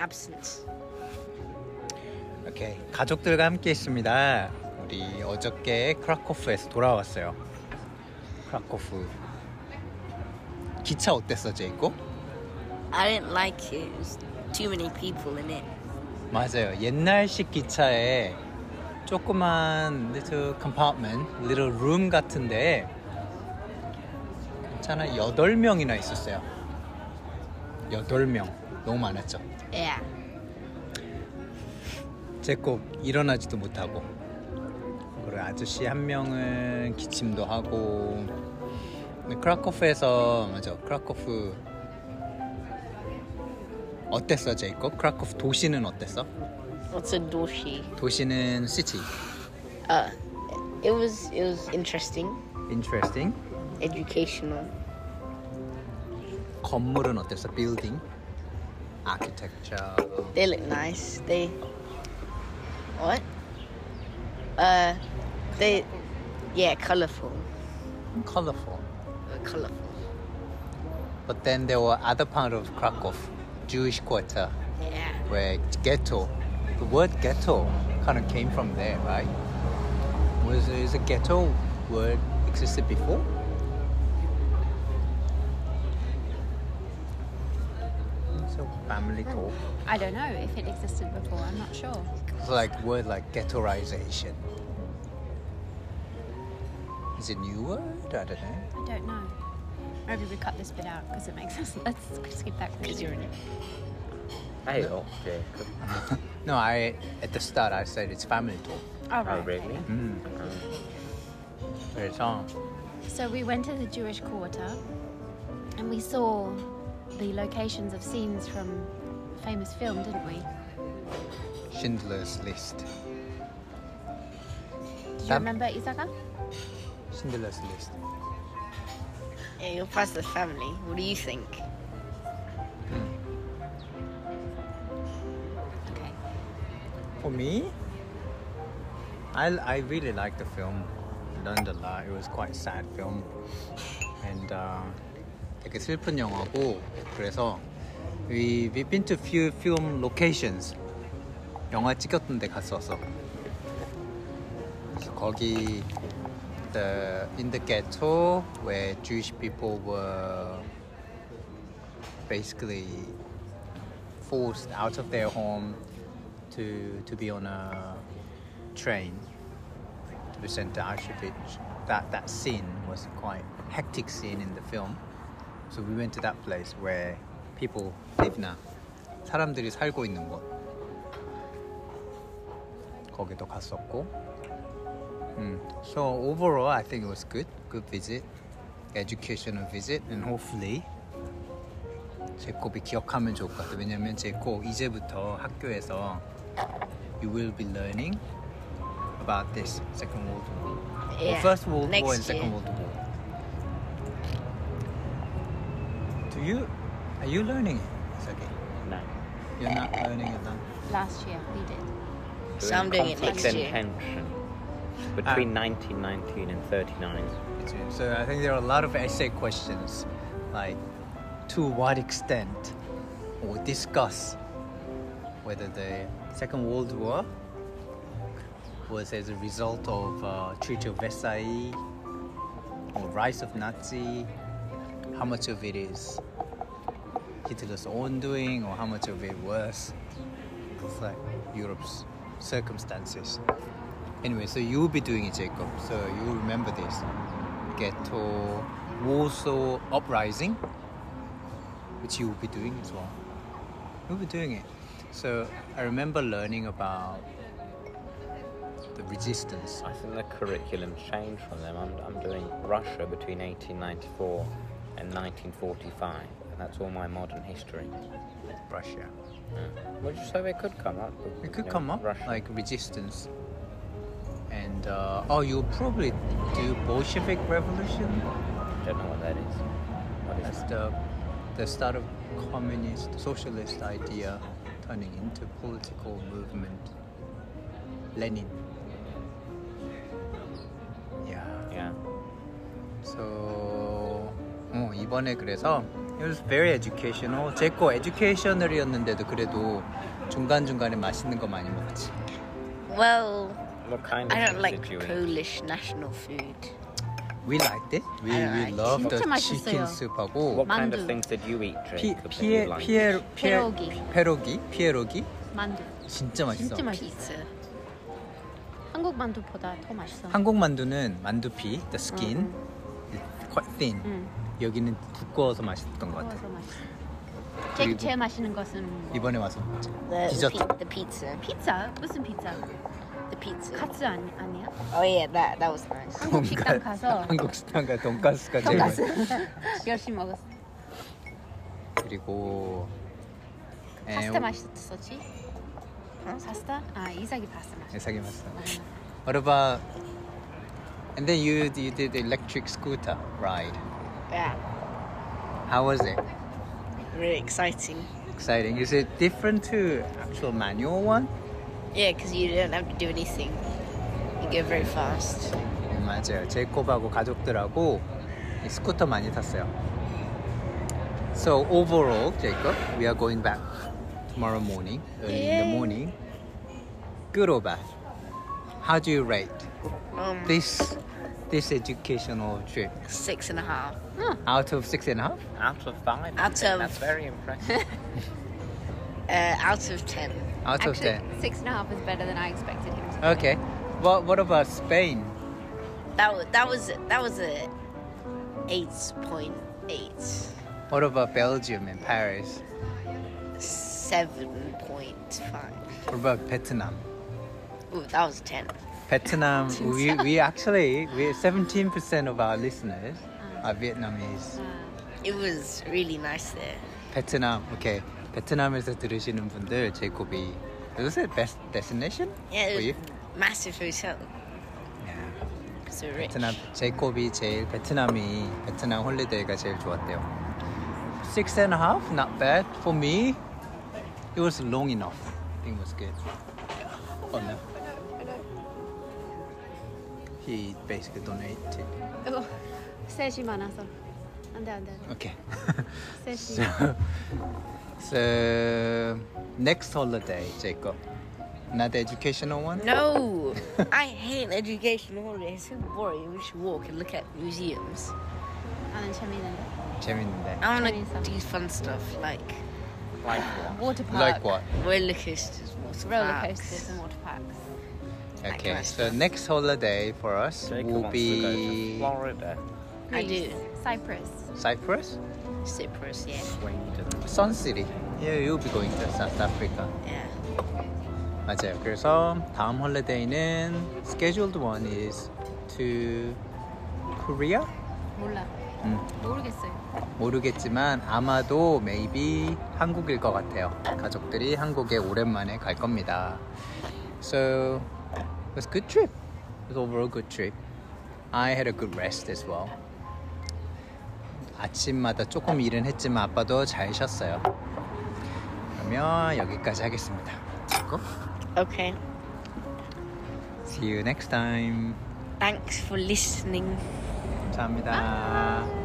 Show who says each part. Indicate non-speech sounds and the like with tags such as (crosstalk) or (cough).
Speaker 1: absent.
Speaker 2: 오케이 가족들과 함께 있습니다. 우리 어저께 크라코프에서 돌아왔어요. 크라코프 기차 어땠어 제이코?
Speaker 1: I didn't like it. There's too many people in it.
Speaker 2: 맞아요. 옛날식 기차에 조그만 little compartment, little room 같은데 괜찮아 8명이나 있었어요. 8명. 너무 많았죠.
Speaker 1: Yeah.
Speaker 2: 제꼭 일어나지도 못하고 그리고 아저씨 한 명은 기침도 하고 근데 크라코프에서 맞아 크라코프 어땠어 제이코? 크라코프 도시는 어땠어?
Speaker 1: What's a doshi?
Speaker 2: 도시는 시티
Speaker 1: Uh, it was it was interesting,
Speaker 2: interesting
Speaker 1: educational.
Speaker 2: 건물은 어땠어? building architecture
Speaker 1: They look nice. They what? Uh, they yeah, Uh, colorful.
Speaker 2: colorful
Speaker 1: colorful.
Speaker 2: but then there were other part of Krakow Jewish quarter
Speaker 1: Yeah.
Speaker 2: where ghetto, the word ghetto kind of came from there, right? Was is a ghetto word existed before? So family talk,
Speaker 3: I don't know if it existed before, I'm not sure.
Speaker 2: it's like word like ghettoization. Is it new word? I don't know.
Speaker 3: I don't know. Maybe we cut this bit out because it makes (laughs) us. Let's skip that
Speaker 1: Because you're in it.
Speaker 4: I okay.
Speaker 2: No, I at the start I said it's family talk.
Speaker 3: All
Speaker 4: Oh,
Speaker 3: right.
Speaker 4: really?
Speaker 2: Mm. 그래서
Speaker 3: So we went to the Jewish quarter and we saw the locations of scenes from famous film, didn't we?
Speaker 2: Schindler's List.
Speaker 3: Did you
Speaker 2: That-
Speaker 3: remember Isaka?
Speaker 2: Schindler's List.
Speaker 1: Yeah, you're past the family. What do you think?
Speaker 3: Okay.
Speaker 2: For me, I, I really liked the film. Learned a lot. It was quite sad film. And uh, 되게 슬픈 영화고 그래서 we we've been to few film locations. 영화 찍었던 데 갔었어. 그래서 거기 the in the ghetto where Jewish people were basically forced out of their home to to be on a train to be sent to Auschwitz. That that scene was quite hectic scene in the film. So we went to that place where people live now. 사람들이 살고 있는 곳. 거기도 갔었고. 음. So overall, I think it was good. Good visit, educational visit, and hopefully 제콥이 기억하면 좋을 것 같아요. 왜냐면 제콥 이제부터 학교에서 you will be learning about this Second World War, or
Speaker 1: Yeah.
Speaker 2: First World
Speaker 1: Next
Speaker 2: War and Second
Speaker 1: year.
Speaker 2: World War. Do you are you learning it? It's okay.
Speaker 4: No.
Speaker 2: You're not learning it now.
Speaker 3: Last year we did.
Speaker 1: So I'm doing it
Speaker 4: Conflict
Speaker 1: next
Speaker 4: and
Speaker 1: year.
Speaker 4: tension
Speaker 2: Ah.
Speaker 4: between 1919 and 39.
Speaker 2: It's- So I think there are a lot of essay questions, like to what extent, or discuss whether the Second World War was as a result of uh, Treaty of Versailles or rise of Nazi, how much of it is Hitler's own doing or how much of it was it's like Europe's circumstances. Anyway, so you will be doing it, Jacob. So you will remember this ghetto Warsaw uprising, which you will be doing as well. You'll be doing it. So I remember learning about the resistance.
Speaker 4: I think the curriculum changed from them. I'm, I'm doing Russia between 1894 and 1945, and that's all my modern history.
Speaker 2: Russia.
Speaker 4: Yeah. Which so it could come up.
Speaker 2: It could
Speaker 4: you know,
Speaker 2: come up
Speaker 4: Russia.
Speaker 2: like resistance, and uh, oh, you'll probably do Bolshevik revolution.
Speaker 4: I don't know what that is. What is
Speaker 2: That's
Speaker 4: that?
Speaker 2: the the start of communist socialist idea turning into political movement. Lenin. Yeah.
Speaker 4: Yeah.
Speaker 2: So 어, 이번에 그래서 It was very educational. 제거 educational이었는데도 그래도 중간 중간에 맛있는 거 많이 먹지.
Speaker 1: Well,
Speaker 4: What kind of
Speaker 1: I don't
Speaker 4: things
Speaker 1: like
Speaker 4: did you eat?
Speaker 1: Polish national food.
Speaker 2: We liked it. We
Speaker 1: I
Speaker 2: we
Speaker 1: liked
Speaker 2: loved the
Speaker 3: 진짜 맛있었어요. 뭐,
Speaker 2: chicken
Speaker 3: 그
Speaker 2: soup하고
Speaker 4: What kind of
Speaker 3: 만두.
Speaker 4: things did you eat,
Speaker 2: 피
Speaker 4: Jacob? that you
Speaker 2: 피에
Speaker 4: liked?
Speaker 2: 피에
Speaker 3: pierogi.
Speaker 2: 페로기 피에로기
Speaker 3: 만두.
Speaker 2: 진짜 맛있어.
Speaker 3: 진짜 맛있어.
Speaker 1: Pizza.
Speaker 3: 한국 만두보다 더 맛있어.
Speaker 2: 한국 만두는 만두피 the skin it's quite thin.
Speaker 3: 어. 응.
Speaker 2: 여기는 두꺼워서 맛있던 것 같아.
Speaker 3: 더워서 맛있어.
Speaker 2: 그리고-
Speaker 3: 제일 제일 맛있는 것은 뭐?
Speaker 2: 이번에 와서 먹자.
Speaker 1: The, the,
Speaker 2: 디저트.
Speaker 1: pi- the pizza.
Speaker 3: 피자. 무슨 피자?
Speaker 1: The pizza.
Speaker 3: 카츠 아니, 아니야?
Speaker 1: Oh yeah, that that was nice.
Speaker 3: 한국 식당 가서
Speaker 2: 한국 식당가 돈가스가 제일
Speaker 3: 돈가스
Speaker 2: 맛있어.
Speaker 3: 열심히 먹었어.
Speaker 2: 그리고 에,
Speaker 3: 파스타 맛있었지? 응? 파스타? 아 이삭이 파스타 맛있어.
Speaker 2: 애사게 맛있어. What about And then you you did the electric scooter ride.
Speaker 1: Yeah,
Speaker 2: How was it?
Speaker 1: really exciting.
Speaker 2: Exciting. Is it different to actual manual one?
Speaker 1: Yeah, because you don't have to do anything. You go very fast.
Speaker 2: 네, 맞아요. 제이콥하고 가족들하고 이 스쿠터 많이 탔어요. So overall, Jacob, we are going back tomorrow morning, early in the
Speaker 1: Yay.
Speaker 2: morning. Good or bad? How do you rate
Speaker 1: Um,
Speaker 2: this this educational trip?
Speaker 1: six and a half.
Speaker 2: Out of six and a half?
Speaker 4: Out of five.
Speaker 1: Out
Speaker 4: I think.
Speaker 1: of-
Speaker 4: That's very impressive.
Speaker 1: Uh, out of ten.
Speaker 2: Out of
Speaker 3: Actually,
Speaker 2: ten.
Speaker 3: six and a half is better than I expected him to. be.
Speaker 2: Okay. What what about Spain?
Speaker 1: That was that was that was a eight point eight.
Speaker 2: What about Belgium and Paris?
Speaker 1: Seven point five.
Speaker 2: What about Vietnam?
Speaker 1: Ooh, that was ten.
Speaker 2: Vietnam, we, we actually, we 17% of our listeners are Vietnamese.
Speaker 1: It was really nice there.
Speaker 2: 베트남, 오케이. 베트남에서 들으시는 분들, 제이콥이. Is this a best destination?
Speaker 1: Yeah,
Speaker 2: for
Speaker 1: it
Speaker 2: you?
Speaker 1: was massive hotel.
Speaker 2: Yeah.
Speaker 1: So rich.
Speaker 2: 베트남, 제이콥이 제일, 베트남이, 베트남 홀리데이가 제일 좋았대요. Six and a half, not bad. For me, it was long enough. I think it was good. Oh no. He basically donated.
Speaker 3: 어, 셋이 많아서 안돼 안돼
Speaker 2: Okay. (laughs)
Speaker 3: 셋이
Speaker 2: So, so next holiday, Jacob. Another educational one?
Speaker 1: No, I hate education holidays. So boring. We should walk and look at museums.
Speaker 3: 나는 재미있는데.
Speaker 2: 재밌는데.
Speaker 1: I
Speaker 3: Chinese
Speaker 1: want to do fun stuff like
Speaker 4: like what?
Speaker 3: Water park.
Speaker 2: Like what?
Speaker 1: roller coasters, water
Speaker 3: Roller
Speaker 1: parks.
Speaker 3: coasters and water parks.
Speaker 2: Okay,
Speaker 1: Like
Speaker 2: so next holiday for us
Speaker 4: Jacob
Speaker 2: will
Speaker 4: wants to go to
Speaker 2: be
Speaker 4: Florida,
Speaker 1: I do.
Speaker 3: Greece, Cyprus.
Speaker 2: Cyprus?
Speaker 1: Cyprus, yeah,
Speaker 4: Sweden.
Speaker 2: Sun City. Yeah, you'll be going to South Africa.
Speaker 1: yeah.
Speaker 2: 맞아요. 그래서 다음 홀리데이는 scheduled one is to Korea?
Speaker 3: 몰라.
Speaker 2: 음,
Speaker 3: 모르겠어요.
Speaker 2: 모르겠지만 아마도 maybe 한국일 것 같아요. 가족들이 한국에 오랜만에 갈 겁니다. So it was a good trip. It was overall a good trip. I had a good rest as well. 아침마다 조금 일은 했지만 아빠도 잘 쉬었어요. 그러면 여기까지 하겠습니다. 그리고
Speaker 1: Okay.
Speaker 2: See you next time.
Speaker 1: Thanks for listening.
Speaker 2: 감사합니다.